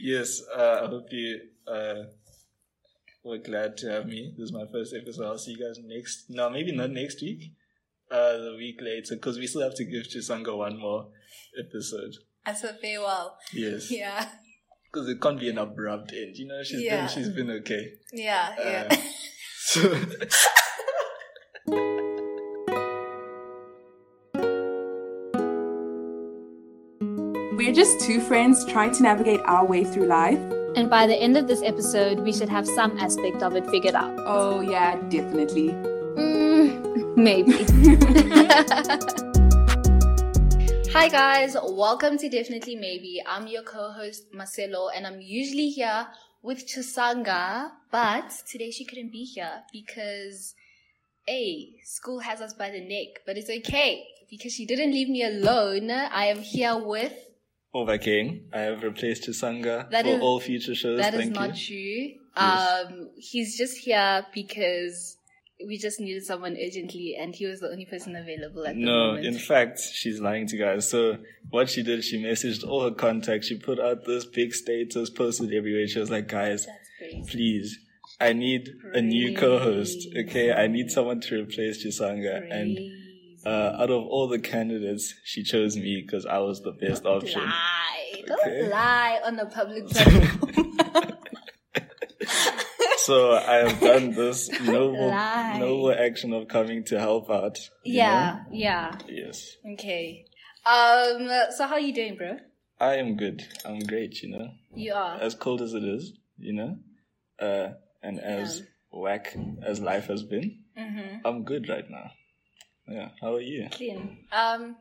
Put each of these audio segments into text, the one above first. Yes, uh, I hope you uh, were glad to have me. This is my first episode. I'll see you guys next. No, maybe not next week. Uh, the week later, because we still have to give Chisanga one more episode. As a farewell. Yes, Yeah. because it can't be an abrupt end. You know, she's Yeah. been she's been okay. Yeah. Yeah. Uh, so We're just two friends trying to navigate our way through life. And by the end of this episode, we should have some aspect of it figured out. Oh, yeah, definitely. Mm, maybe. Hi guys, welcome to Definitely Maybe. I'm your co-host Marcelo and I'm usually here with Chisanga, but today she couldn't be here because A, school has us by the neck, but it's okay because she didn't leave me alone. I am here with over King, I have replaced Chisanga That for is- all future shows. That is Thank you. not true. Yes. Um, he's just here because we just needed someone urgently, and he was the only person available at the No, moment. in fact, she's lying to guys. So what she did, she messaged all her contacts. She put out this big status, posted everywhere. She was like, guys, that's crazy. please, I need a new Great. co-host. Okay, I need someone to replace Chisanga. And Crazy. uh, out of all the candidates, she chose me because I was the best option. lie. Okay. Don't lie on the public platform. So I have done this noble, Lie. noble action of coming to help out. you yeah, yeah. know? Yes, Okay. Um. So how you doing, bro? I am good. I'm great. You know. You are. as cold as it is, you know, uh, and as Yeah. whack as life has been, Mm-hmm. I'm good right now. Yeah, how are you? Clean. Um.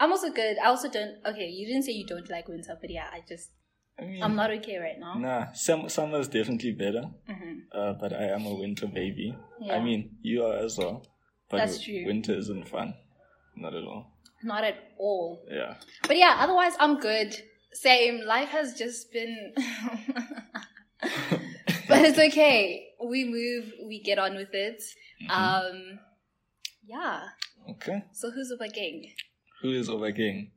I'm also good. I also don't. Okay, you didn't say you don't like winter, but yeah, I just I mean, I'm not okay right now. Nah, sum- summer's definitely better, Mm-hmm. uh, but I am a winter baby. Yeah. I mean, you are as well. But That's true. winter isn't fun. Not at all. Not at all. Yeah. But yeah, otherwise I'm good. Same. Life has just been But it's okay. We move, we get on with it. Mm-hmm. Um yeah. Okay. So who's up gang? Who is over king?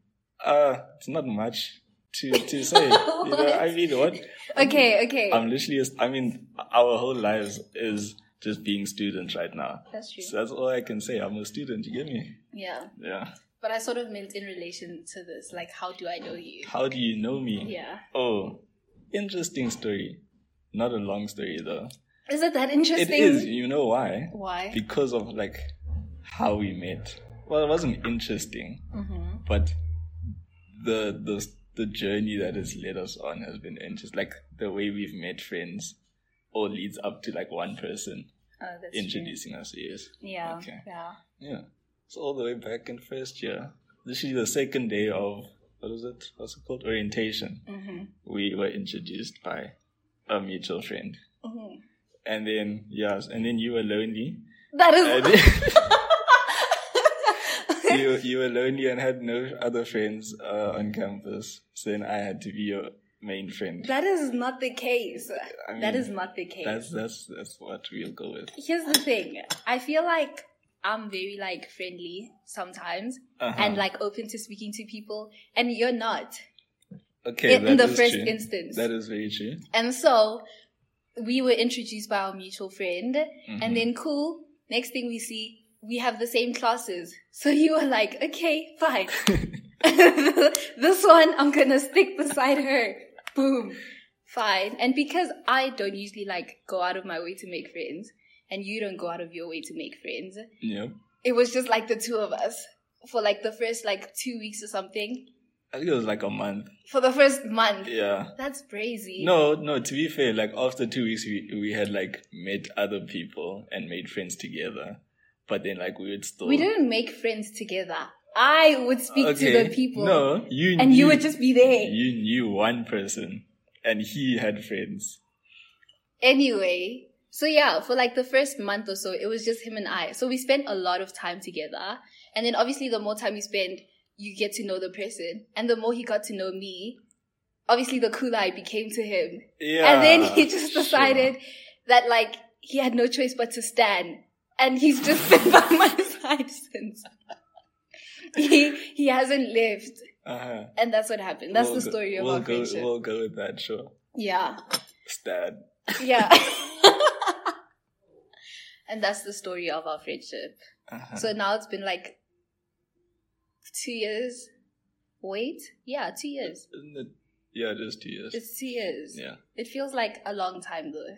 Uh, it's not much to, to say. you know, I mean, what? Okay, okay. I'm literally, just- I mean, our whole lives is just being students right now. That's true. So that's all I can say. I'm a student. You get me? Yeah. Yeah. But I sort of meant in relation to this, like how do I know you? How do you know me? Yeah. Oh, interesting story. Not a long story though. Is it that It interesting? is. You know why? Why? Because of like how we met. Well, it wasn't interesting, mm-hmm. but the the the journey that has led us on has been interesting. Like the way we've met friends, all leads up to like one person Oh, that's introducing us. Yes. True. Yeah. Okay. Yeah. Yeah. It's all the way back in first year. Literally the second day of what is it? What's it called? Orientation. Mm-hmm. We were introduced by a mutual friend. Mm-hmm. And then yes, and then you were lonely. That And is you you were lonely and had no other friends uh, on campus. So then I had to be your main friend. That is not the case. I mean, that is not the case. That's that's that's what we'll go with. Here's the thing. I feel like I'm very like friendly sometimes Uh-huh. and like open to speaking to people and you're not okay, in, in that the is first true. instance. That is very true. and so we were introduced by our mutual friend Mhm. and then cool, next thing we see we have the same classes. So you were like, okay, fine. this one I'm gonna stick beside her. Boom. Fine. And because I don't usually like go out of my way to make friends, and you don't go out of your way to make friends, Yep. it was just like the two of us for like the first like two weeks or something. I think it was like a month. For the first month. Yeah. That's crazy. No, no, to be fair, like after two weeks we we had like met other people and made friends together. But then like we would still We didn't make friends together. I would speak to the people. No, you And knew, you would just be there. You knew one person and he had friends. Anyway, so yeah, for like the first month or so, it was just him and I. So we spent a lot of time together. And then obviously, the more time you spend, you get to know the person. And the more he got to know me, obviously, the cooler I became to him. Yeah. and then he just sure. decided that like he had no choice but to stand. And he's just been by my side since. He he hasn't left. Uh-huh. And that's what happened. That's We'll the go- story of we'll go, our friendship. We'll go with that, sure. Yeah. Stan. Yeah. and that's the story of our friendship. Uh-huh. So now it's been like two years. Wait. Yeah, two years. Isn't it? Yeah, it is two years. It's two years. yeah, It feels like a long time though.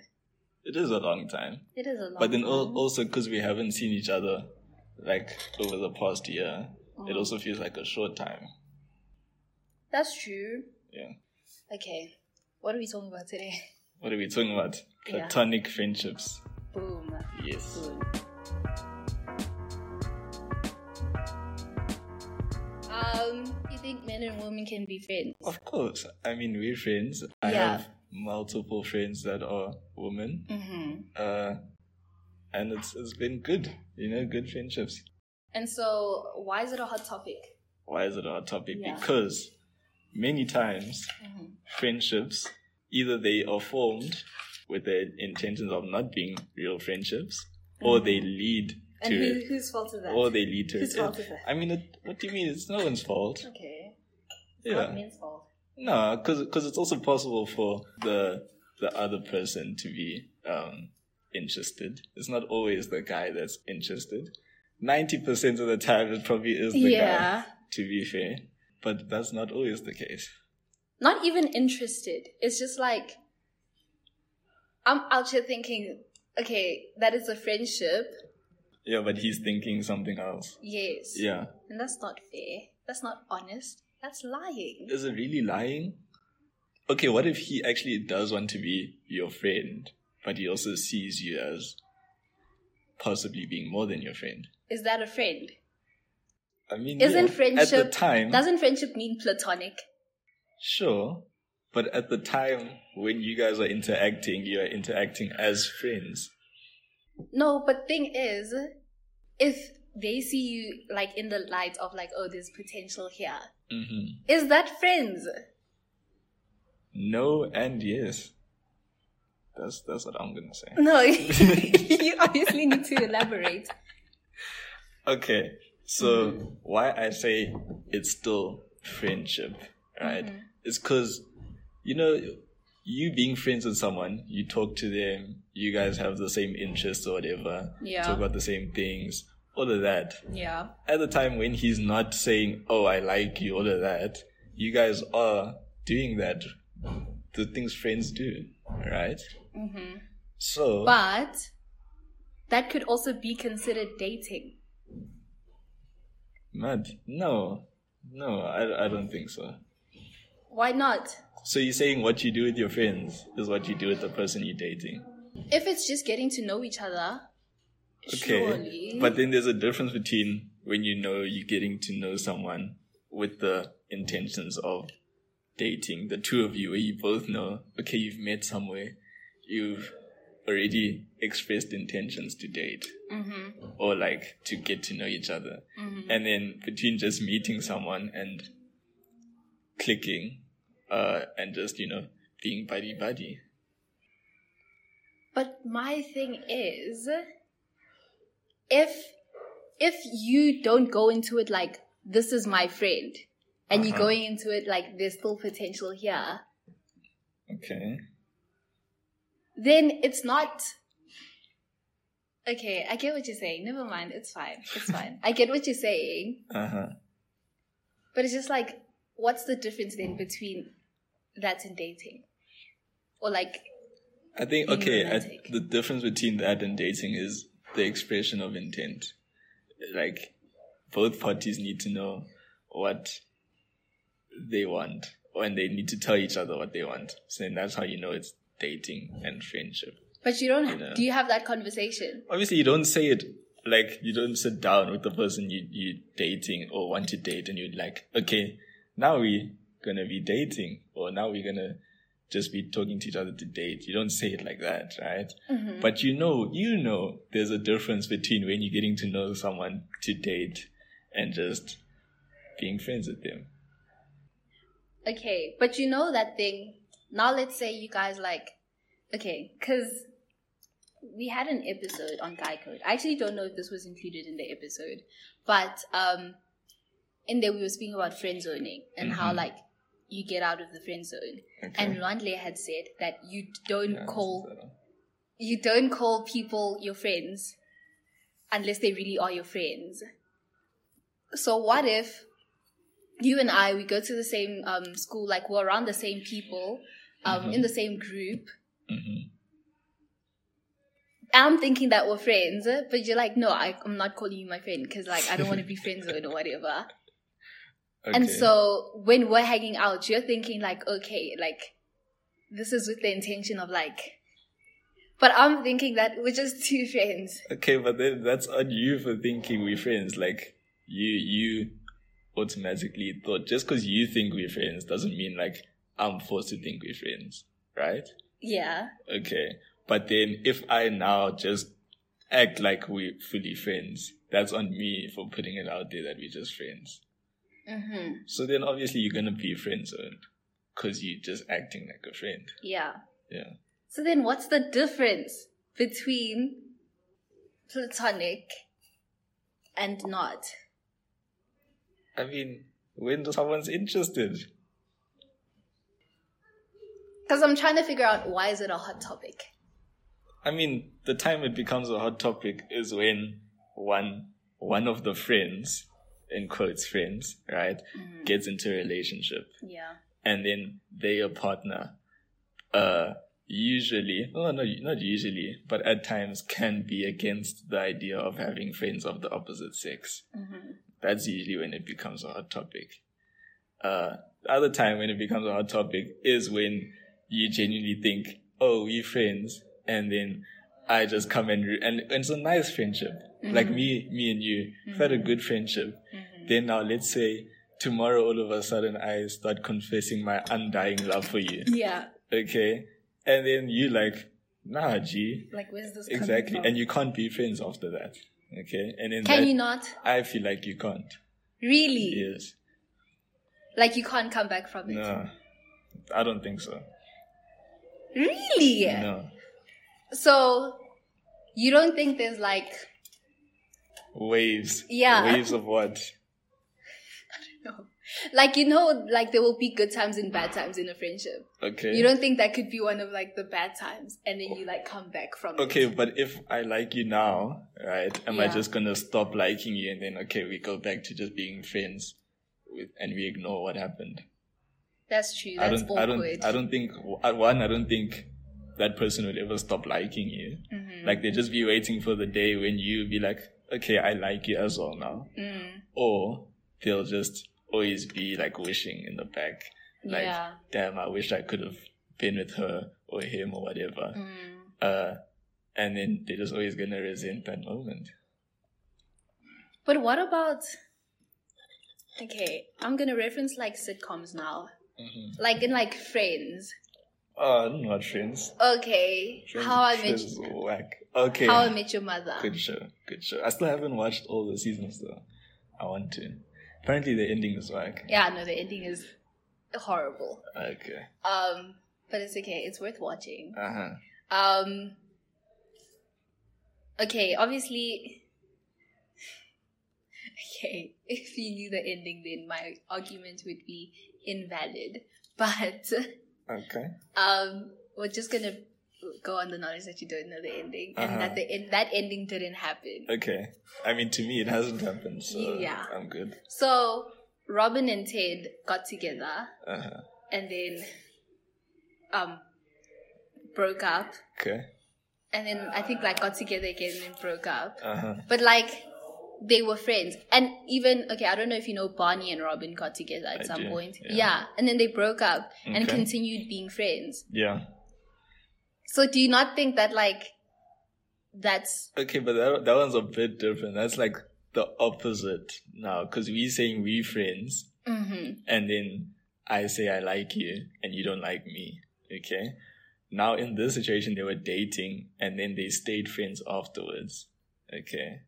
it is a long time. It is a long But then time. al- also because we haven't seen each other like over the past year, it Mm. also feels like a short time. That's true. Yeah. Okay. What are we talking about today? What are we talking about? Yeah. Platonic friendships. Boom. Yes. Boom. Um, you think men and women can be friends? Of course. I mean, we're friends. I Yeah. have multiple friends that are women. Mm-hmm. Uh, and it's it's been good, you know, good friendships. And so, why is it a hot topic? Why is it our topic? Yeah. Because many times Mhm. friendships either they are formed with the intentions of not being real friendships, or they lead Mm-hmm. And who, to whose fault is that? or they lead to. Whose fault is It, that? I mean, it, what do you mean? It's no one's fault. okay. It's Yeah. Not men's fault. No, because it's also possible for the the other person to be um, interested. It's not always the guy that's interested. Ninety percent of the time, it probably is the guy. Yeah. To be fair, but that's not always the case. Not even interested. It's just like I'm out here thinking, okay, that is a friendship. Yeah, but he's thinking something else. Yes. Yeah, And that's not fair. That's not honest. That's lying. is it really lying? Okay, what if he actually does want to be your friend, but he also sees you as possibly being more than your friend? Is that a friend? I mean, yeah, Isn't friendship at the time? Doesn't friendship mean platonic? Sure. But at the time when you guys are interacting, you are interacting as friends. No, but thing is, if they see you like in the light of like, oh, there's potential here, Mm-hmm. is that friends? No and yes. That's that's what I'm gonna say. No, you obviously need to elaborate. Okay. So why I say it's still friendship, right? It's because you know you being friends with someone, you talk to them, you guys have the same interests or whatever, Yeah. talk about the same things, all of that. Yeah. at the time when he's not saying, "Oh, I like you," all of that, you guys are doing that, the things friends do, right? hmm So, But that could also be considered dating. mad? No, no, I, I don't think so. Why not? So you're saying what you do with your friends is what you do with the person you're dating, If it's just getting to know each other, okay? surely. But then there's a difference between when you know you're getting to know someone with the intentions of dating the two of you where you both know okay you've met somewhere you've already expressed intentions to date Mhm. or like to get to know each other Mhm. and then between just meeting someone and clicking uh and just you know being buddy buddy But my thing is, if if you don't go into it like this is my friend, and you're Uh-huh. going into it like there's still potential here, okay then it's not. Okay, I get what you're saying. Never mind, it's fine. It's fine. I get what you're saying, uh-huh but it's just like, what's the difference then between that and dating, or like, I think being okay. I, romantic. the difference between that and dating is the expression of intent. Like both parties need to know what they want, and they need to tell each other what they want. So then that's how you know it's dating and friendship. but you don't. ha- Yeah. Do you have that conversation? Obviously, you don't say it like you don't sit down with the person you you dating or want to date, and you're like, okay, now we gonna be dating, or now we're gonna just be talking to each other to date. You don't say it like that, right? Mhm. But you know, you know, there's a difference between when you're getting to know someone to date and just being friends with them. Okay, but you know that thing. Now let's say you guys like, okay, because we had an episode on guy code. I actually don't know if this was included in the episode, but um, in there we were speaking about friend zoning and how Mhm. like you get out of the friend zone. Okay. And Luandle had said that you don't Yeah, call that's better. you don't call people your friends unless they really are your friends. So what if you and I we go to the same um, school, like we're around the same people, um, in the same group. Mhm. I'm thinking that we're friends, but you're like, no, I, I'm not calling you my friend because like I don't want to be friends with or whatever. And Okay. so when we're hanging out, you're thinking like, okay, like this is with the intention of like, but I'm thinking that we're just two friends. Okay, but then that's on you for thinking we're friends. Like you you automatically thought just because you think we're friends doesn't mean like I'm forced to think we're friends, right? Yeah. Okay. But then if I now just act like we're fully friends, that's on me for putting it out there that we're just friends. Mm-hmm. So then obviously you're gonna be friend zoned because you're just acting like a friend. Yeah. Yeah. So then what's the difference between platonic and not? I mean, when someone's interested, Because I'm trying to figure out why is it a hot topic. I mean, the time it becomes a hot topic is when one one of the friends, in quotes friends, right, gets into a relationship Yeah. and then they are partner. Uh, usually, well, no, not usually, but at times can be against the idea of having friends of the opposite sex. That's usually when it becomes a hot topic. Uh, the other time when it becomes a hot topic is when you genuinely think, oh, we're friends. And then I just come and, re- and, and it's a nice friendship. Like me, me and you, we had a good friendship. Then now let's say tomorrow all of a sudden I start confessing my undying love for you. Yeah. Okay. And then you like, nah, G. Like where's this coming Exactly. from? And you can't be friends after that. Okay. And then Can that, you not? I feel like you can't. Really? Yes. Like you can't come back from it. No. I don't think so. Really? No. So you don't think there's like Waves. Yeah. Waves of what? no. Like you know, like there will be good times and bad times in a friendship. Okay. You don't think that could be one of like the bad times, and then you like come back from it. Okay, but if I like you now, right? Am I Yeah. just gonna stop liking you and then okay, we go back to just being friends, with, and we ignore what happened? That's true. I That's don't, awkward. I don't, I don't think uh, one. I don't think that person would ever stop liking you. Mm-hmm. Like they just be waiting for the day when you be like, okay, I like you as well now, Mm, or they'll just always be like wishing in the back, like, yeah. damn, I wish I could have been with her or him or whatever. Mm. Uh, and then they're just always gonna resent that moment. But what about? Okay, I'm gonna reference like sitcoms now, Mm-hmm. like in like Friends. Oh, I'm not friends. Okay, Friends- How I Met Friends is whack. Okay. How I Met Your Mother. Good show. Good show. I still haven't watched all the seasons though. I want to. Apparently the ending is whack. Yeah, no, the ending is horrible. Okay. Um, but it's okay. It's worth watching. Uh huh. Um. Okay, obviously. Okay, if you knew the ending, then my argument would be invalid. But Okay. um, we're just gonna go on the knowledge that you don't know the ending and Uh-huh. that the en- that ending didn't happen. Okay. I mean, to me, it hasn't happened, so Yeah. I'm good. So Robin and Ted got together Uh huh. and then um broke up, Okay. and then I think like got together again and broke up. Uh huh. But like they were friends. And even okay, I don't know if you know Barney and Robin got together at I some do, point. yeah. Yeah. And then they broke up and Okay. continued being friends. Yeah. So do you not think that like that's Okay, but that that one's a bit different. That's like the opposite now, because we saying we friends, mhm. and then I say I like you and you don't like me. Okay. Now in this situation, they were dating and then they stayed friends afterwards. Okay.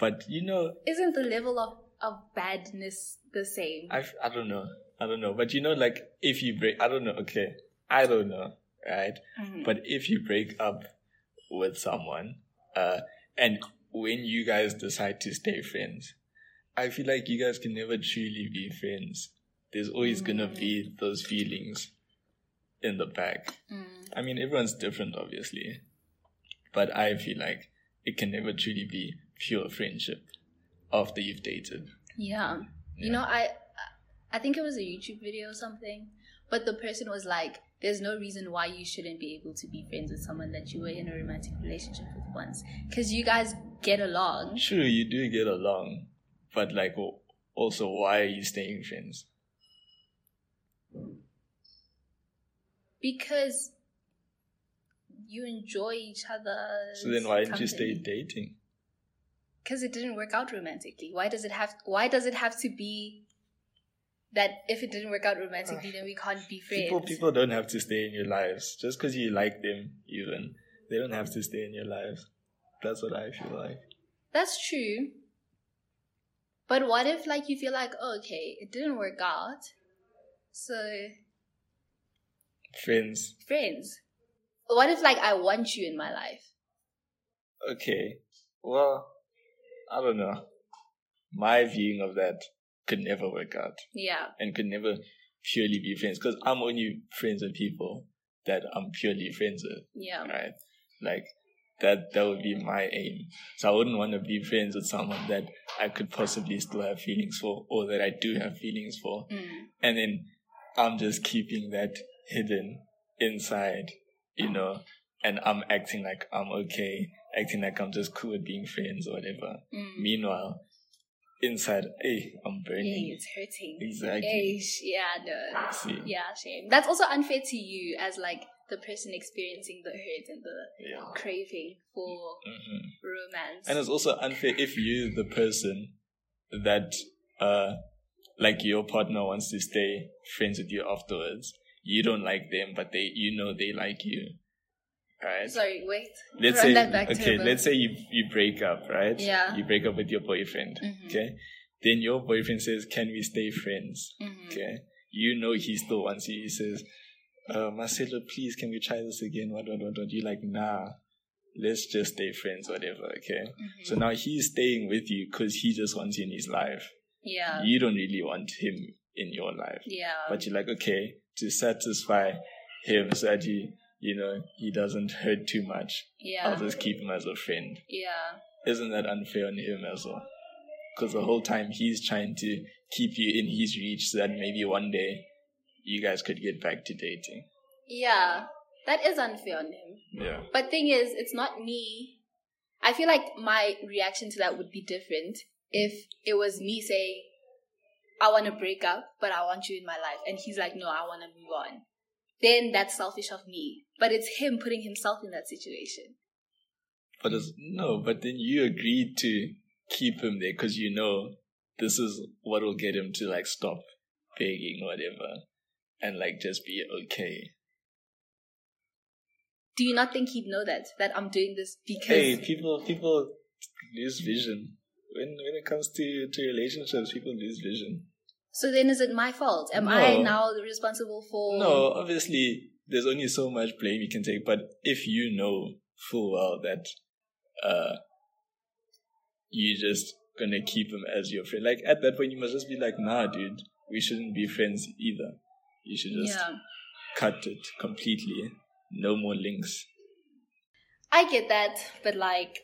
But you know, isn't the level of, of badness the same? I I don't know, I don't know. But you know, like if you break, I don't know. Okay, I don't know, right? Mhm. But if you break up with someone, uh, and when you guys decide to stay friends, I feel like you guys can never truly be friends there's always gonna be those feelings in the back. I mean, everyone's different, obviously, but I feel like it can never truly be pure friendship after you've dated. Yeah. You know, I I think it was a YouTube video or something, but the person was like, "There's no reason why you shouldn't be able to be friends with someone that you were in a romantic relationship with once, because you guys get along." Sure, you do get along, but like, w- also, why are you staying friends? because you enjoy each other. So then, why didn't you stay dating? Because it didn't work out romantically. Why does it have? Why does it have to be that if it didn't work out romantically, then we can't be friends? People, people don't have to stay in your lives just because you like them. Even they don't have to stay in your lives. That's what I feel like. That's true. But what if, like, you feel like, oh, okay, it didn't work out, so Friends, friends. What if, like, I want you in my life? okay. Well, I don't know. My viewing of that could never work out. Yeah. and could never purely be friends because I'm only friends with people that I'm purely friends with, Yeah. right? Like that that would be my aim. So I wouldn't want to be friends with someone that I could possibly still have feelings for or that I do have feelings for. Mm. And then I'm just keeping that hidden inside, you know, and I'm acting like I'm okay, acting like I'm just cool with being friends or whatever. Mm. Meanwhile, inside, hey, I'm Yeah, burning. it's hurting. Exactly. Eish, yeah, no. See? Eh, Yeah, shame. That's also unfair to you as like the person experiencing the hurt and the Yeah. craving for hmm romance. And it's also unfair if you, the person that, uh, like your partner wants to stay friends with you afterwards, you don't like them, but they, you know, they like you, right? Sorry, wait. let's Run say, that back to okay, the- let's say you you break up, right? Yeah. You break up with your boyfriend, Mhm. okay? Then your boyfriend says, "Can we stay friends?" Mhm. Okay. You know he still wants you. He says, uh, "Marcelo, please, can we try this again?" What, what, what, what? You like, nah. Let's just stay friends, whatever. Okay. Mm-hmm. So now he's staying with you because he just wants you in his life. Yeah. you don't really want him in your life Yeah. but you're like, okay, to satisfy him so that he, you know, he doesn't hurt too much, I'll Yeah. just keep him as a friend. Yeah. Isn't that unfair on him as well? Because the whole time he's trying to keep you in his reach so that maybe one day you guys could get back to dating. Yeah. That is unfair on him. Yeah. But thing is, it's not me. I feel like my reaction to that would be different if it was me saying, I want to break up, but I want you in my life. And he's like, no, I want to move on. Then that's selfish of me. But it's him putting himself in that situation. But it's, no, but then you agreed to keep him there because you know this is what will get him to like stop begging, whatever, and like just be okay. Do you not think he'd know that? That I'm doing this because. hey, people people lose vision when when it comes to to relationships. People lose vision. So then is it my fault? Am I No. now responsible for. No, obviously, there's only so much blame you can take. But if you know full well that uh, you just gonna keep him as your friend, like at that point, you must just be like, nah, dude, we shouldn't be friends either. You should just Yeah. cut it completely. No more links. I get that, but like,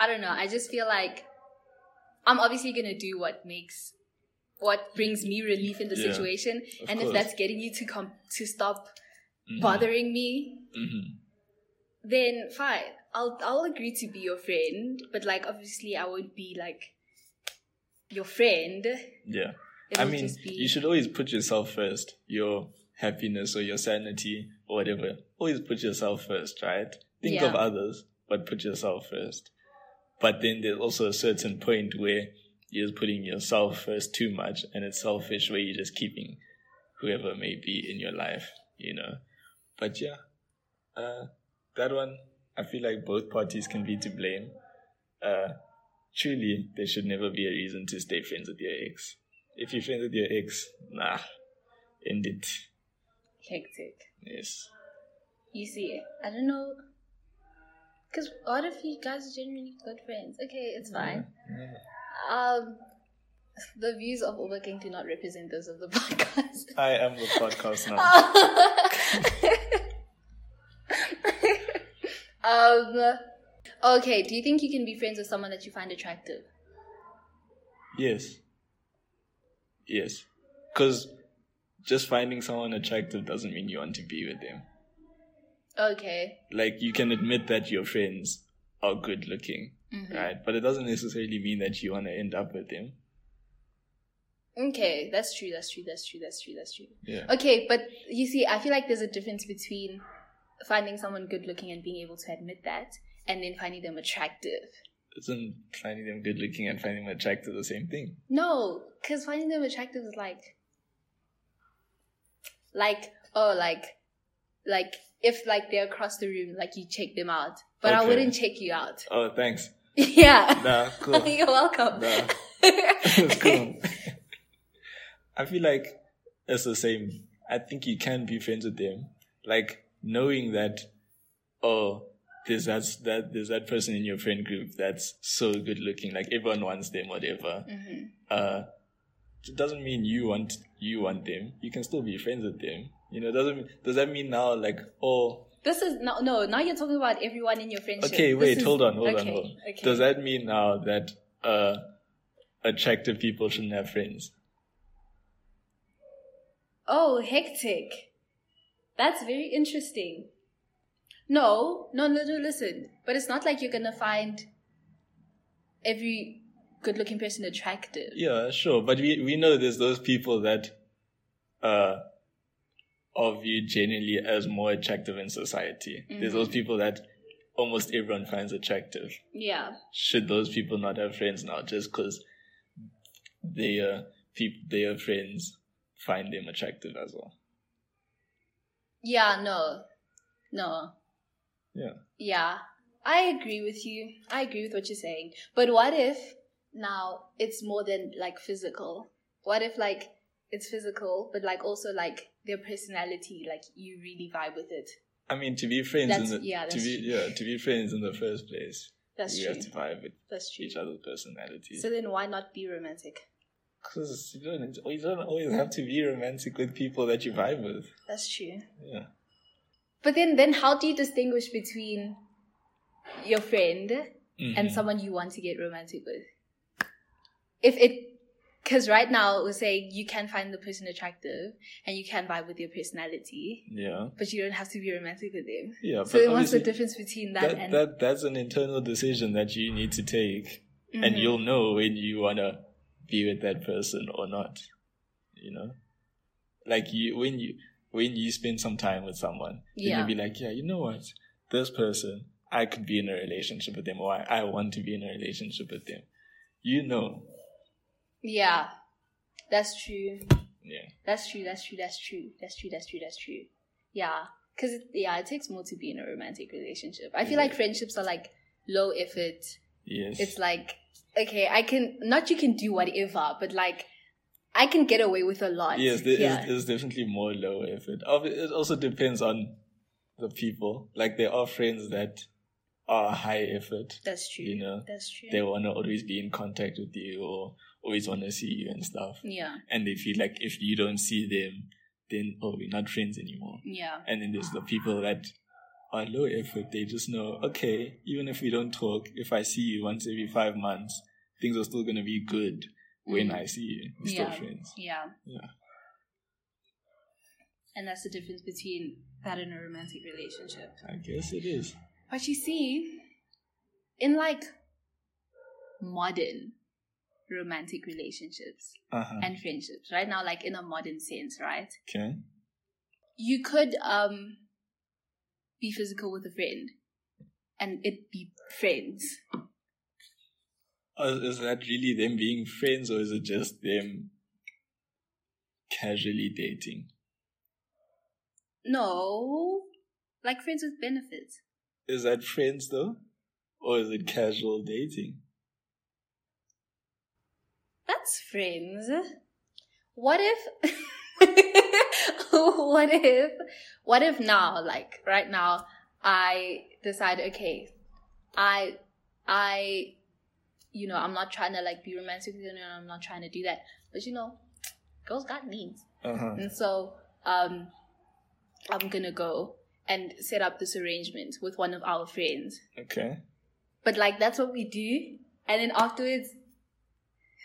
I don't know. I just feel like I'm obviously gonna do what makes, what brings me relief in the Yeah, situation, of and course. if that's getting you to come to stop Mhm. bothering me, Mhm. then fine. I'll I'll agree to be your friend, but like obviously I won't be like your friend. Yeah. It I will mean, just be- you should always put yourself first, your happiness or your sanity or whatever. Always put yourself first, right? Think of Yeah. others, but put yourself first. But then there's also a certain point where you're just putting yourself first too much and it's selfish where you're just keeping whoever may be in your life, you know? But yeah, uh, that one, I feel like both parties can be to blame. Uh, truly, there should never be a reason to stay friends with your ex. If you're friends with your ex, nah, end it. Hectic. Yes. You see, I don't know. Because what if you guys are genuinely good friends? Okay, it's fine. Um, The views of Uber King do not represent those of the podcast. I am the podcast now. um, okay, do you think you can be friends with someone that you find attractive? Yes. Yes. Because just finding someone attractive doesn't mean you want to be with them. Okay. Like, you can admit that your friends are good looking, right? But it doesn't necessarily mean that you want to end up with them. Okay, that's true, that's true, that's true, that's true, that's true. Yeah. Okay, but you see, I feel like there's a difference between finding someone good looking and being able to admit that and then finding them attractive. Isn't finding them good looking and finding them attractive the same thing? No, because finding them attractive is like, like oh, like, like if like they're across the room, like you check them out, but I Okay. wouldn't check you out. Oh, thanks. yeah, Nah, cool. you're welcome. Nah, it's cool. I feel like it's the same. I think you can be friends with them. Like knowing that, oh, there's that, that, there's that person in your friend group that's so good looking. Like everyone wants them, whatever. Mhm. Uh, it doesn't mean you want, you want them. You can still be friends with them. You know, doesn't, does that mean now like, oh, This is no, no. Now you're talking about everyone in your friendship. Okay, This wait, is- hold on, hold on, okay, hold on. Okay. Does that mean now that uh, attractive people shouldn't have friends? Oh, hectic. That's very interesting. No, no, no, no, listen. But it's not like you're gonna find every good looking person attractive. Yeah, sure, but we we know there's those people that uh, are viewed generally as more attractive in society. There's Mm-hmm. those people that almost everyone finds attractive. Yeah. Should those people not have friends now just because their peop- their friends find them attractive as well? Yeah, no. No. Yeah. Yeah. I agree with you. I agree with what you're saying. But what if now it's more than like physical? What if like it's physical, but like also like their personality, like you really vibe with it? I mean, to be friends That's- in the yeah, to that's be true. yeah to be friends in the first place. That's we true. have to vibe with That's true. each other's personality. So then why not be romantic? Because you don't, you don't always have to be romantic with people that you vibe with. That's true. Yeah. But then then how do you distinguish between your friend and Mhm. someone you want to get romantic with? If it because right now we're saying you can find the person attractive and you can vibe with your personality, Yeah. but you don't have to be romantic with them. Yeah. So then what's the obviously difference between that, That, and that that's an internal decision that you need to take, and Mhm. you'll know when you wanna be with that person or not. You know, like you when you when you spend some time with someone, Yeah. then you'll be like, yeah, you know what, this person, I could be in a relationship with them, or I, I want to be in a relationship with them. You know, Yeah. That's true. yeah, That's true, that's true, that's true, that's true, that's true, that's true. Yeah. Cause it, yeah, it takes more to be in a romantic relationship. I feel like friendships are like low effort. yes, It's like okay, I can not you can do whatever, but like I can get away with a lot. Yes, there is yeah. there's definitely more low effort. Ob- It also depends on the people. Like there are friends that are high effort. that's true. you know, that's true. They want to always be in contact with you or always want to see you and stuff. yeah, And they feel like if you don't see them, then oh, we're not friends anymore. yeah, And then there's the people that are low effort. They just know, okay, even if we don't talk, if I see you once every five months, things are still going to be good when I see you. We're Yeah. still friends. yeah. Yeah. And that's the difference between that and a romantic relationship. I guess it is. But you see, in like modern romantic relationships Uh-huh. and friendships, right now, like in a modern sense, right? Okay. You could um be physical with a friend and it be friends. Or Oh, is- is that really them being friends or is it just them casually dating? No. Like friends with benefits. Is that friends though? Or is it casual dating? That's friends. What if what if what if now, like right now, I decide, okay, I I you know, I'm not trying to like be romantic with you, and I'm not trying to do that. But you know, girls got needs, Uh-huh. and so um, I'm gonna go and set up this arrangement with one of our friends. Okay. But like that's what we do, and then afterwards,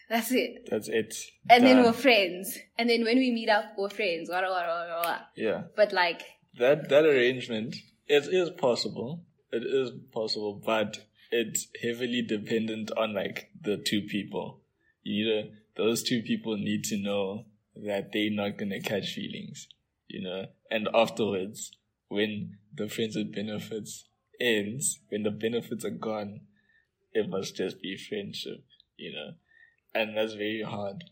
that's it. That's it. And then Done. we're friends, and then when we meet up, we're friends. Wah, wah, wah, wah, wah. Yeah. But like, That that arrangement it is possible. It is possible, but it's heavily dependent on like the two people. You need to, those two people need to know that they're not gonna catch feelings, you know. And afterwards, when the friends with benefits ends, when the benefits are gone, it must just be friendship, you know. And that's very hard.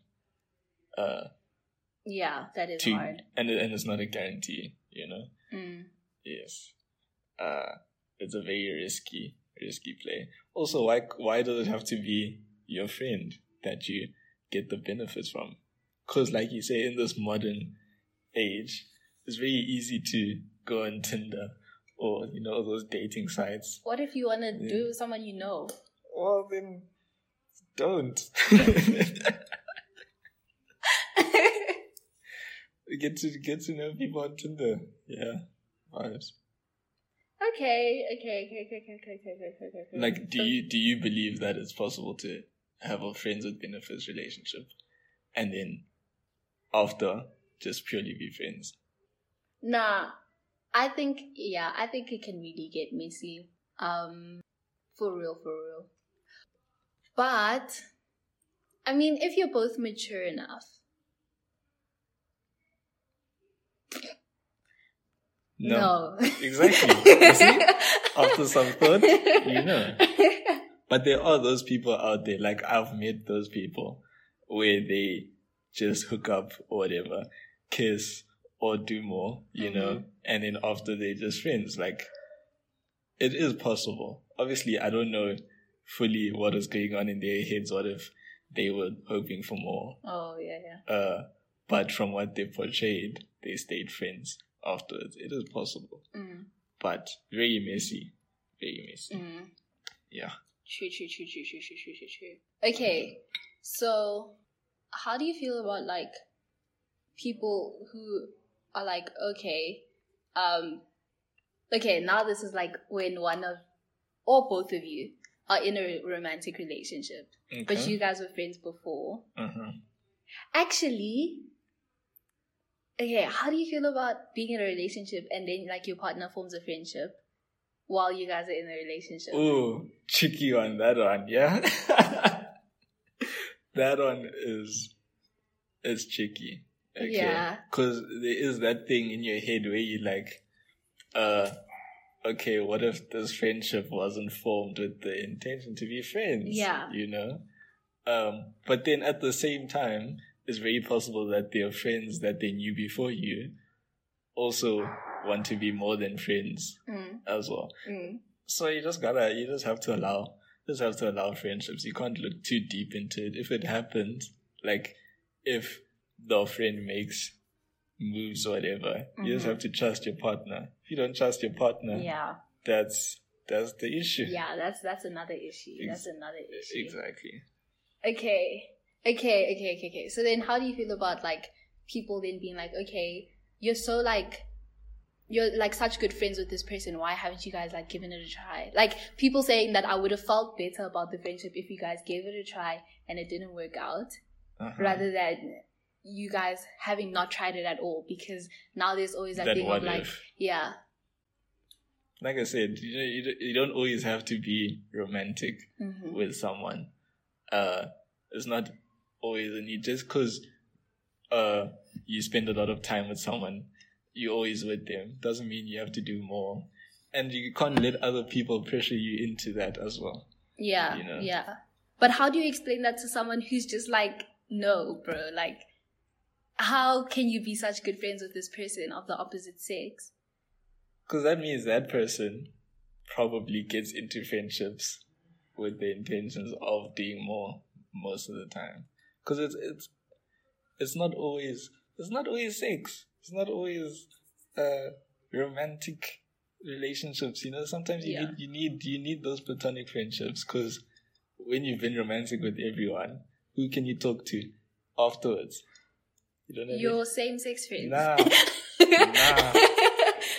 Uh, yeah, that is to hard. and it- and it's not a guarantee, you know. Mm. Yes. Uh, it's a very risky, risky play. Also, why why does it have to be your friend that you get the benefits from? Because, like you say, in this modern age, it's very easy to go on Tinder or you know those dating sites. What if you want to Yeah. do it with someone you know? Well, then don't. get to get to know people on Tinder. Yeah, vibes. Okay, okay, okay, okay, okay, okay, okay, okay, okay, okay. Like, do So- you do you believe that it's possible to have a friends with benefits relationship, and then after just purely be friends? Nah, I think yeah, I think it can really get messy. Um, for real, for real. But, I mean, if you're both mature enough, no, exactly. You see? After some thought, you know. But there are those people out there. Like I've met those people where they just hook up or whatever, kiss or do more, you Mm-hmm. know, and then after they're just friends. Like it is possible. Obviously, I don't know fully what is going on in their heads. What if they were hoping for more? oh yeah, yeah. Uh, but from what they portrayed, they stayed friends afterwards. It is possible, Mm, but very messy, very messy. mm. Yeah. True, true, true, true, true, true, true, true, true. Okay, so how do you feel about like people who are like, okay, um, okay, now this is like when one of or both of you are in a romantic relationship, Okay. but you guys were friends before. Uh-huh. Actually, okay, how do you feel about being in a relationship and then like your partner forms a friendship while you guys are in a relationship? Ooh, tricky one, that one, yeah. that one is is tricky. Okay. Yeah. Cause there is that thing in your head where you like, uh okay, what if this friendship wasn't formed with the intention to be friends? Yeah. You know? Um, but then at the same time, it's very possible that their friends that they knew before you also want to be more than friends Mm, as well. mm. So you just gotta, you just have to allow, just have to allow friendships. You can't look too deep into it. If it happens, like if the friend makes moves or whatever, you just Mhm. have to trust your partner. If you don't trust your partner, Yeah, that's that's the issue. yeah, that's that's another issue. Ex- e-, That's another issue. Exactly. Okay, okay, okay, okay, okay. So then, how do you feel about like people then being like, okay, you're so like, you're like such good friends with this person. Why haven't you guys like given it a try? Like people saying that I would have felt better about the friendship if you guys gave it a try and it didn't work out, Uh-huh. rather than you guys having not tried it at all. Because now there's always that, That thing what of like, if. yeah, Like I said, you know, you, don't- you don't always have to be romantic. hmm with someone. Uh, it's not always a need. Just because uh, you spend a lot of time with someone, you're always with them, doesn't mean you have to do more. And you can't let other people pressure you into that as well. Yeah, you know? yeah. But how do you explain that to someone who's just like, no, bro? Like, how can you be such good friends with this person of the opposite sex? Because that means that person probably gets into friendships with the intentions of doing more most of the time. Because it's it's it's not always it's not always sex. It's not always uh, romantic relationships. You know, sometimes you Yeah. need you need you need those platonic friendships. Because when you've been romantic with everyone, who can you talk to afterwards? You don't have Your same sex friends. Nah. Nah.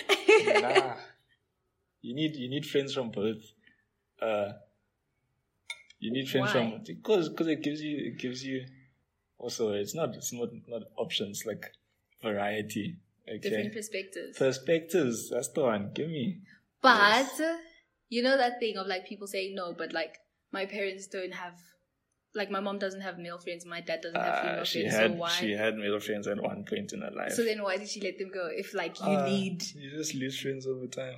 any- nah. You need you need friends from both. Uh, you need friends Why? from because because it gives you it gives you also it's not it's not not options like variety. Okay. Different perspectives. Perspectives. That's the one. Give me. But you know that thing of like people saying no, but like my parents don't have, like my mom doesn't have male friends, my dad doesn't have female Uh, she friends, had so why? she had male friends at one point in her life. so then why did she let them go if like you Uh, need? You just lose friends over time.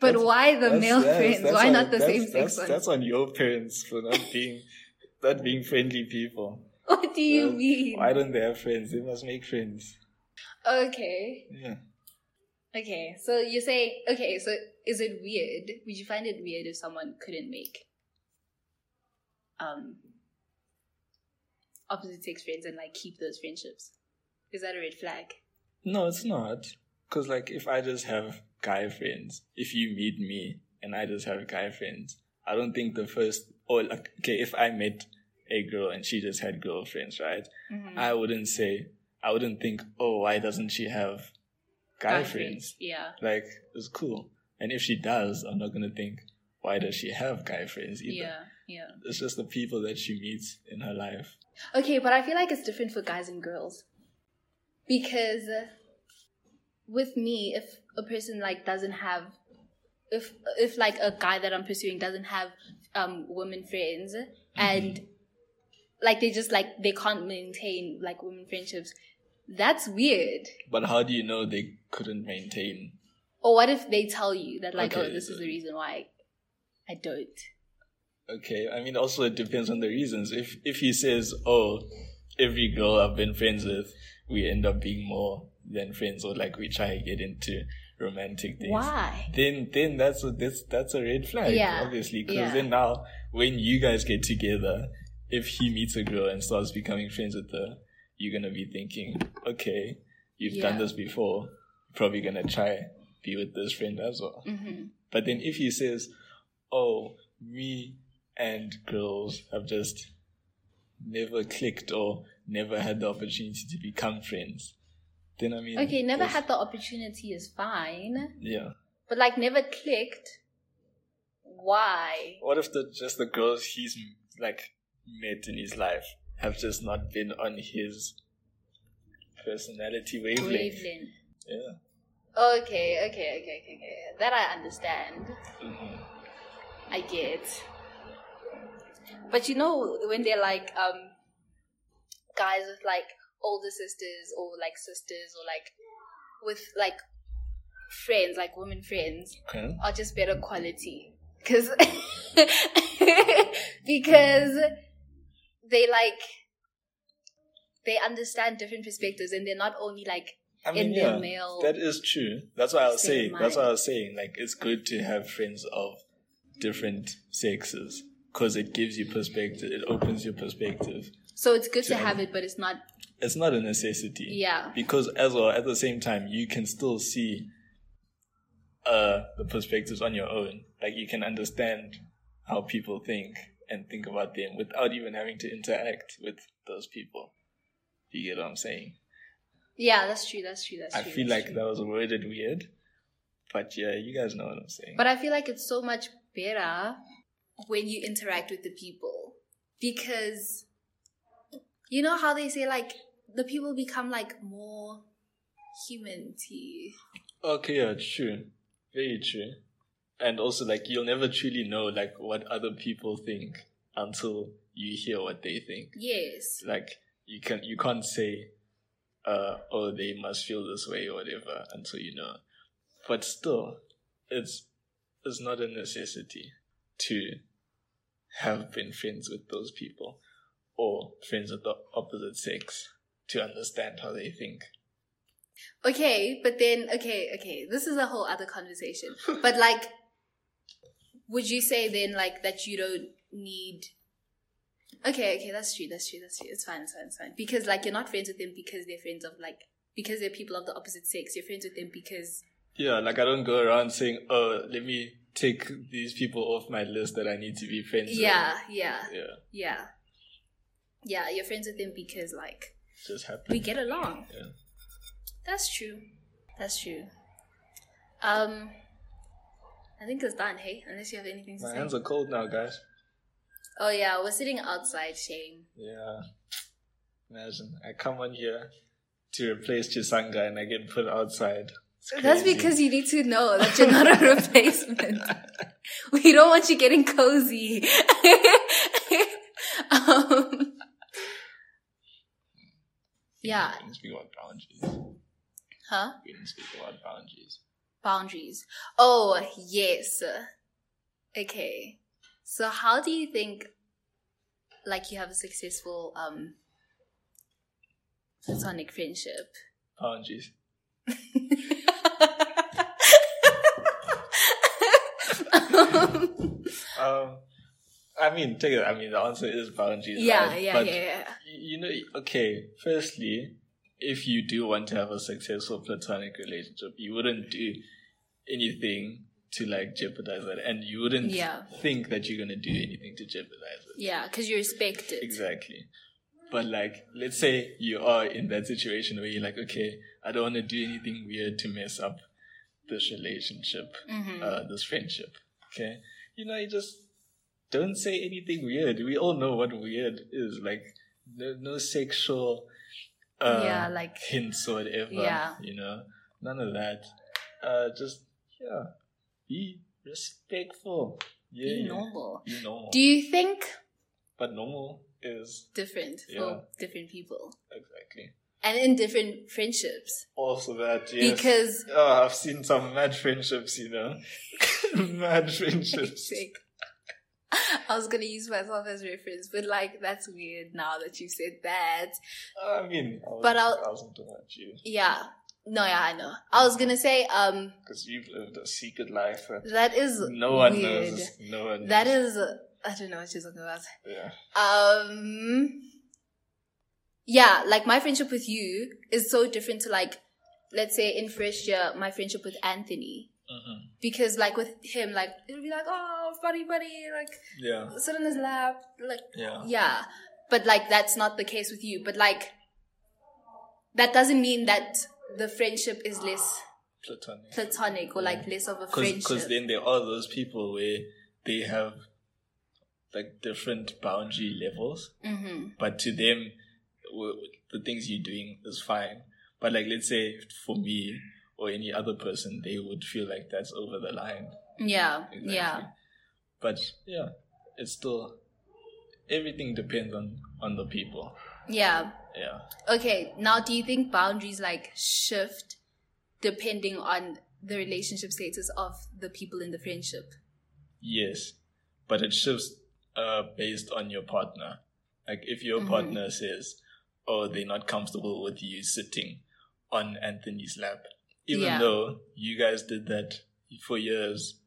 But that's- why the That's- male that's- friends? that's Why on- not the that's- same sex that's, ones? That's on your parents for not being not being friendly people. what do you Well, mean? Why don't they have friends? They must make friends. Okay. Yeah. Okay. So you're saying okay, so is it weird? Would you find it weird if someone couldn't make um opposite sex friends and like keep those friendships? Is that a red flag? No, it's not. Cause like if I just have guy friends, if you meet me and I just have guy friends, I don't think the first or like okay, if I met a girl and she just had girlfriends, right? Mm-hmm. I wouldn't say I wouldn't think, oh, why doesn't she have guy, Guy friends? Yeah. Like it's cool. And if she does, I'm not gonna think, why does she have guy friends either? Yeah. Yeah. It's just the people that she meets in her life. Okay, but I feel like it's different for guys and girls. Because with me, if a person like doesn't have if if like a guy that I'm pursuing doesn't have um women friends and like they just like they can't maintain like women friendships, that's weird. But how do you know they couldn't maintain? Or what if they tell you that like, Okay. oh, this is the reason why I don't. Okay, I mean, also it depends on the reasons. If if he says, "Oh, every girl I've been friends with, we end up being more than friends," or like we try to get into romantic things, Why? then then that's a that's that's a red flag, Yeah, obviously. Because yeah. then now, when you guys get together, if he meets a girl and starts becoming friends with her, you're gonna be thinking, "Okay, you've done Yeah. this before. Probably gonna try be with this friend as well." hmm But then if he says, "Oh, me and girls have just never clicked or never had the opportunity to become friends," then I mean, Okay, never that's- had the opportunity is fine. Yeah. but like never clicked. Why? What if the just the girls he's like met in his life have just not been on his personality wavelength? Wavelength. Yeah. Okay, okay, okay, okay, okay. That I understand. Mm-hmm. I get. But you know when they're like um guys with like older sisters or like sisters or like with like friends, like women friends, Okay. are just better quality because because they like they understand different perspectives and they're not only like I mean, in yeah, their male that is true. That's what I was state of saying. That's what mind. I was saying. Like, it's good to have friends of different sexes because it gives you perspective. It opens your perspective. so it's good to Yeah. have it but it's not It's not a necessity. Yeah. Because as well, at the same time, you can still see uh the perspectives on your own. Like, you can understand how people think and think about them without even having to interact with those people. You get what I'm saying? yeah that's true that's true that's I true feel that's like true. that was worded weird, but yeah, you guys know what I'm saying. but I feel like it's so much better when you interact with the people because you know how they say like the people become like more human to you. okay, yeah, true, very true, and also like you'll never truly know like what other people think until you hear what they think. yes Like you can you can't say, uh, oh, they must feel this way or whatever until you know. But still, it's it's not a necessity to have been friends with those people or friends with the opposite sex to understand how they think. Okay, but then okay, okay. This is a whole other conversation. But like would you say then like that you don't need Okay, okay, that's true, that's true, that's true. It's fine, it's fine, it's fine. Because like you're not friends with them because they're friends of like because they're people of the opposite sex. You're friends with them because Yeah, like I don't go around saying, "Oh, let me take these people off my list that I need to be friends yeah, yeah, with. Yeah. yeah, yeah. You're friends with them because like Just happen. we get along. Yeah. That's true. That's true. Um, I think it's done. Hey, unless you have anything to My say. hands are cold now, guys. oh yeah, we're sitting outside. Shame. Yeah. Imagine. I come on here to replace Chisanga and I get put outside. It's That's crazy. because you need to know that you're not a replacement. we don't want you getting cozy. um, yeah. We didn't speak about boundaries. Huh? We didn't speak about boundaries. Boundaries. Oh, yes. Okay. So how do you think like you have a successful um platonic friendship? Boundaries. Um, Um, I mean, take it. I mean, the answer is boundaries. yeah, right? yeah, But yeah, yeah. you know, okay, firstly, if you do want to have a successful platonic relationship, you wouldn't do anything to like jeopardize it, and you wouldn't Yeah. think that you're gonna do anything to jeopardize it. Yeah, because you respect it. Exactly. But like, let's say you are in that situation where you're like, okay, I don't want to do anything weird to mess up this relationship, Mm. Mm-hmm. uh, this friendship. Okay, you know, you just don't say anything weird. We all know what weird is. Like, no, no sexual, uh, Yeah, like- hints or whatever. Yeah. you know, none of that. Uh, just yeah, be respectful. Yeah, Be yeah. normal. Be normal. Do you think but normal is different Yeah. for different people Exactly. and in different friendships? Also that, yes. Because oh, I've seen some mad friendships, you know. mad friendships. sick. I was gonna use myself as reference, but like that's weird now that you said that. I mean, I was, But I'll- I wasn't talking about you Yeah. No, yeah, I know. I was gonna say, um, because you've lived a secret life that that is no one weird. knows. No one. That knows. is I don't know what you're talking about. Yeah. um yeah like my friendship with you is so different to like let's say in first year my friendship with anthony Mm-hmm. because like with him like it'll be like oh buddy buddy like Yeah. sit on his lap like Yeah. yeah but like that's not the case with you but like that doesn't mean that the friendship is less Platonic. platonic or like less of a friendship Because then there are those people where they have like different boundary levels. mm-hmm. but to them w- w- the things you're doing is fine but like let's say for me or any other person they would feel like that's over the line yeah Exactly. yeah but yeah it's still everything depends on on the people yeah yeah Okay, now do you think boundaries like shift depending on the relationship status of the people in the friendship? yes but it shifts uh based on your partner like if Mm-hmm. your partner says oh they're not comfortable with you sitting on anthony's lap even Yeah. though you guys did that for years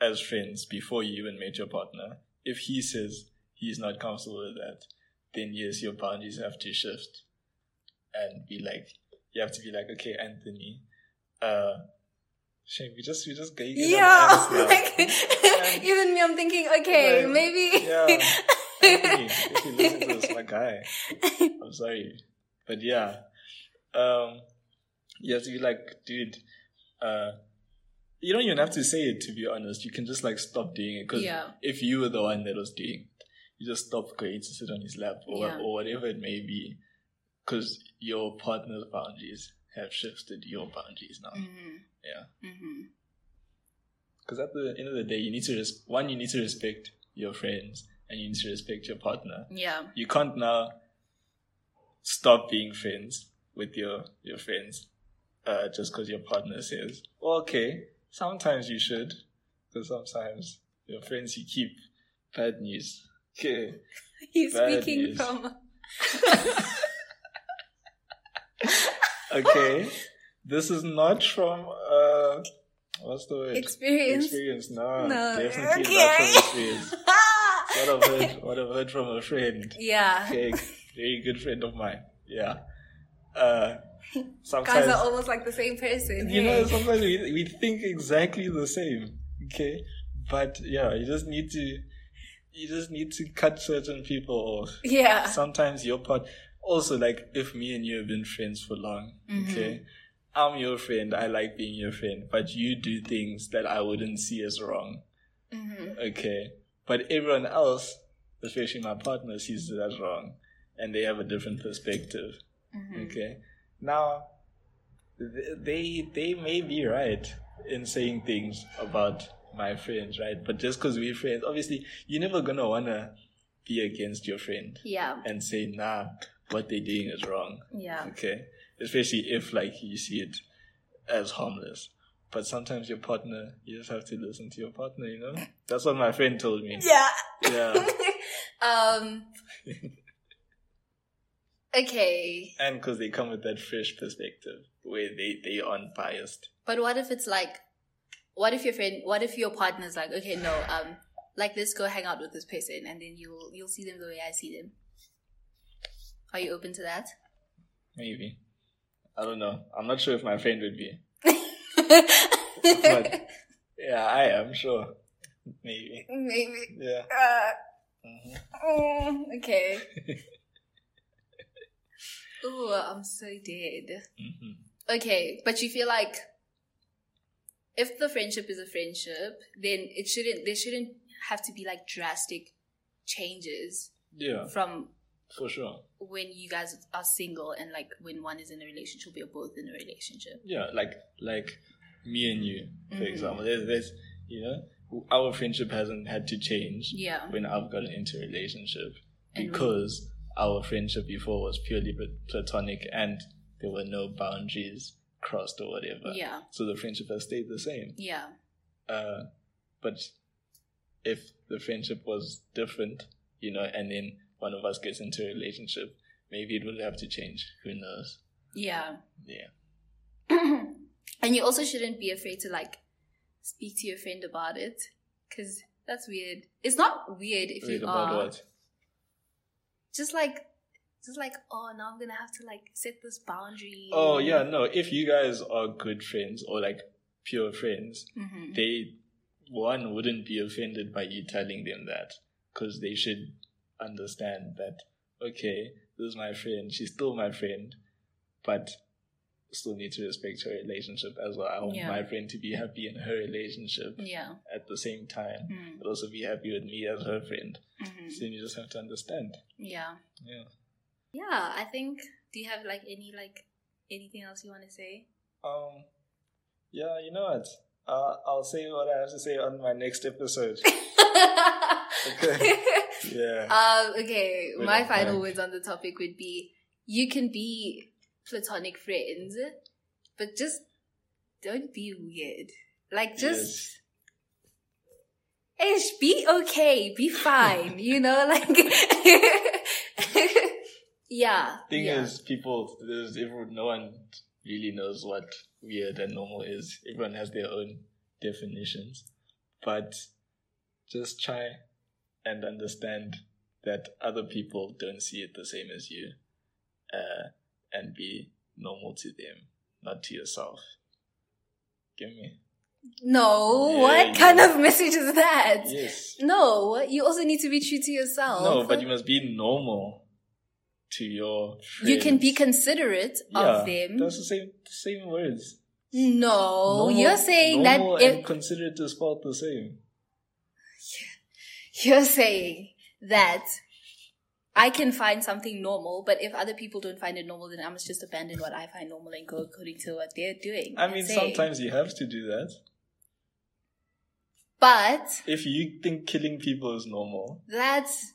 as friends before you even met your partner if he says he's not comfortable with that then yes your boundaries have to shift and be like you have to be like okay anthony uh shame we just we just going in on ants now. like even me, I'm thinking, okay, Like, maybe. Yeah. Anthony, if you listen to this, my guy. I'm sorry. But yeah. Um you have to be like, dude, uh you don't even have to say it to be honest. You can just like stop doing it. Because Yeah. if you were the one that was doing it, you just stop going to sit on his lap or, Yeah. or whatever it may be. Because your partner's boundaries have shifted your boundaries now. Mm-hmm, Yeah. mm-hmm. Because at the end of the day, you need to res- one, you need to respect your friends, and you need to respect your partner. Yeah. You can't now stop being friends with your your friends uh, just because your partner says, well, "Okay, sometimes you should," because sometimes your friends you keep bad news. Okay, He's Bad speaking news. from okay, this is not from uh, what's the word? experience. Experience, no, No, definitely not okay. from experience. Ah! what I've heard, what I've heard from a friend. Yeah. Okay, very good friend of mine. Yeah. Uh, Guys sometimes are almost like the same person. you hey? know, sometimes we, we think exactly the same. Okay, But yeah, you just need to you just need to cut certain people off. Yeah. Sometimes your part also like if me and you have been friends for long, Mhm. okay. I'm your friend, I like being your friend, but you do things that I wouldn't see as wrong. hmm Okay. But everyone else, especially my partner, sees it as wrong. And they have a different perspective. Okay. Now, th- they they may be right in saying things about my friends, right? But just because we're friends, obviously, you're never gonna wanna be against your friend Yeah. and say, "Nah, what they're doing is wrong." Yeah. Okay, especially if like you see it as harmless. But sometimes your partner, you just have to listen to your partner. You know, that's what my friend told me. Yeah. Yeah. um. Okay. And because they come with that fresh perspective where they, they aren't biased. But what if it's like, what if your friend, what if your partner's like, okay, no, um, like let's go hang out with this person, and then you'll you'll see them the way I see them. Are you open to that? Maybe. I don't know. I'm not sure if my friend would be. But, But- Yeah, I am sure. Maybe. Maybe. Yeah. Uh, Mhm. mm, okay. Ooh, I'm so dead. Mhm. Okay, but you feel like if the friendship is a friendship, then it shouldn't there shouldn't have to be like drastic changes Yeah, from for sure. when you guys are single and like when one is in a relationship or both in a relationship. Yeah, like like me and you, for Mhm. example. There's, there's you know, our friendship hasn't had to change Yeah. when I've gotten into a relationship And we- because our friendship before was purely plat- platonic and there were no boundaries crossed or whatever. Yeah. So the friendship has stayed the same. Yeah. uh, but if the friendship was different, you know, and then one of us gets into a relationship, maybe it would have to change. Who knows? Yeah. Yeah. and you also shouldn't be afraid to like speak to your friend about it cuz that's weird. It's not weird if Read you about are what? just like just like oh now I'm going to have to like set this boundary. Oh yeah, no. If you guys are good friends or like pure friends, Mhm. they one wouldn't be offended by you telling them that because they should understand that okay, this is my friend. She's still my friend, but still need to respect her relationship as well. I want Yeah. Mm. my friend to be happy in her relationship Yeah. at the same time, Mm. but also be happy with me as her friend. Mhm. So you just have to understand. Yeah. Yeah. Yeah, I think do you have like any like anything else you want to say? Um. Yeah, you know what? Uh, I'll say what I have to say on my next episode. Okay. yeah. Um, okay, Wait, my I'm final blank. words on the topic would be you can be platonic friends, but just don't be weird. Like, just ish, be okay, be fine, you know? Like, yeah. thing yeah. is, people, there's everyone, no one really knows what weird and normal is. Everyone has their own definitions, but just try and understand that other people don't see it the same as you, uh, and be normal to them, not to yourself. Give me no, Yeah, what yeah. kind of message is that? yes. No, you also need to be true to yourself. No, but you must be normal to your. Friends. You can be considerate of Yeah, them. That's the same same words. No, you're saying that normal if, and consider it as part the same. you're saying that I can find something normal, but if other people don't find it normal, then I must just abandon what I find normal and go according to what they're doing. I and mean, saying. sometimes you have to do that. but If you think killing people is normal, that's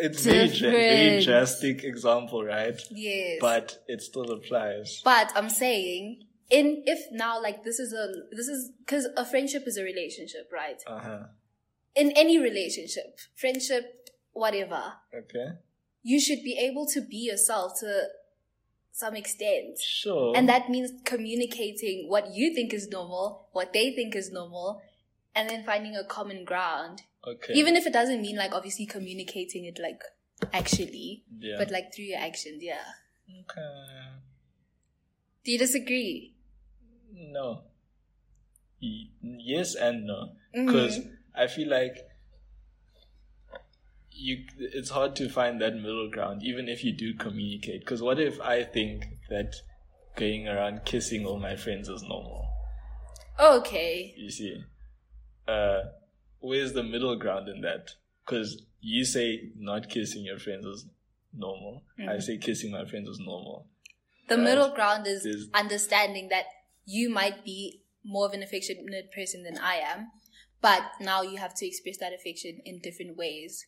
it's very, dra- very Different. drastic example, right? yes. But it still applies. But I'm saying, in if now like this is a this is because a friendship is a relationship, right? Uh huh. In any relationship, friendship, whatever, Okay. you should be able to be yourself to some extent. Sure. And that means communicating what you think is normal, what they think is normal, and then finding a common ground. Okay. Even if it doesn't mean like obviously communicating it like actually, yeah. but like through your actions, yeah. okay. Do you disagree? Mm-hmm. No. Y- yes and no. Because I feel like you it's hard to find that middle ground even if you do communicate because what if i think that going around kissing all my friends is normal Okay. you see uh where's the middle ground in that because you say not kissing your friends is normal i say kissing my friends is normal The Right. middle ground is Is- understanding that you might be more of an affectionate person than I am, but now you have to express that affection in different ways.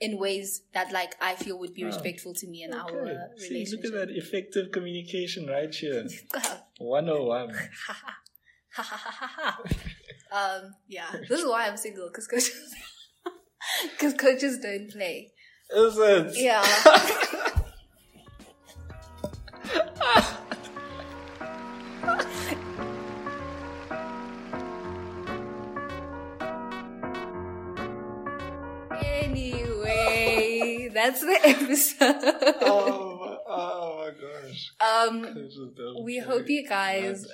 In ways that, like, I feel would be Ah. respectful to me and our Okay. see relationship. look at that effective communication right here 101 um, yeah, this is why I'm single because coaches, because coaches don't play. is it Yeah. anyway, that's the episode. oh, my, oh my gosh Um, This is dumb. we hope you guys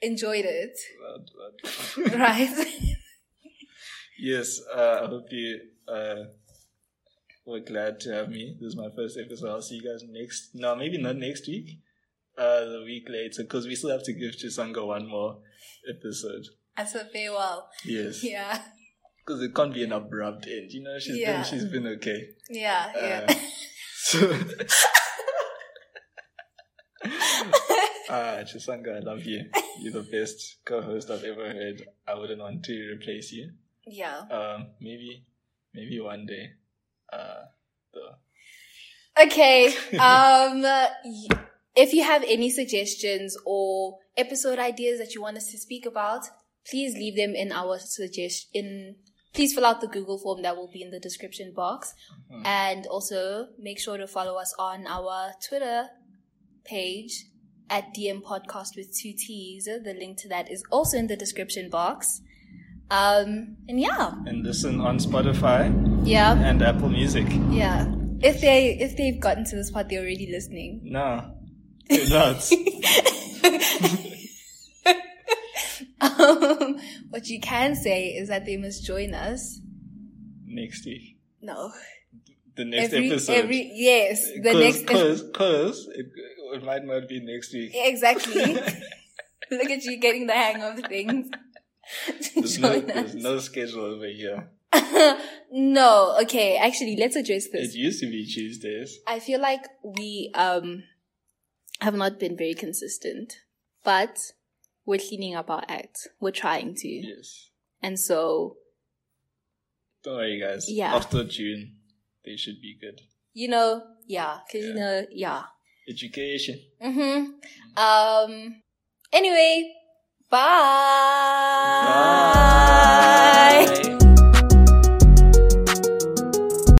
enjoyed it, That- that- right? Yes, uh, I hope you uh, were glad to have me. This is my first episode. I'll see you guys next. No, maybe not next week. Uh, the week later, because we still have to give Chisanga one more episode. As a farewell. Yes, because Yeah. it can't be an abrupt end. You know, she's Yeah. been she's been okay. Yeah. Yeah. Uh, so, ah, Chisanga, I love you. You're the best co-host I've ever heard. I wouldn't want to replace you. yeah. Um, maybe, maybe one day. Uh, the Okay. Um, y- if you have any suggestions or episode ideas that you want us to speak about, please leave them in our suggest in. Please fill out the Google form that will be in the description box, and also make sure to follow us on our Twitter page at DM Podcast with two T's. The link to that is also in the description box. Um, and yeah, and listen on Spotify yeah, and Apple Music. yeah. If they if they've gotten to this part, they're already listening. No, you're nuts. um, what you can say is that they must join us. next week, No, the next every episode. every yes, the cause, next cause, cause it, it might not be next week. exactly. Look at you getting the hang of things. There's no, Join there's us. no schedule over here. no, okay. Actually, let's address It this. used to be Tuesdays. I feel like we um have not been very consistent, but we're cleaning up our act. We're trying to, Yes. and so Don't worry, guys. Yeah. After June, they should be good. you know, yeah, because you know, yeah. Education. Mm-hmm. Um. Anyway, bye.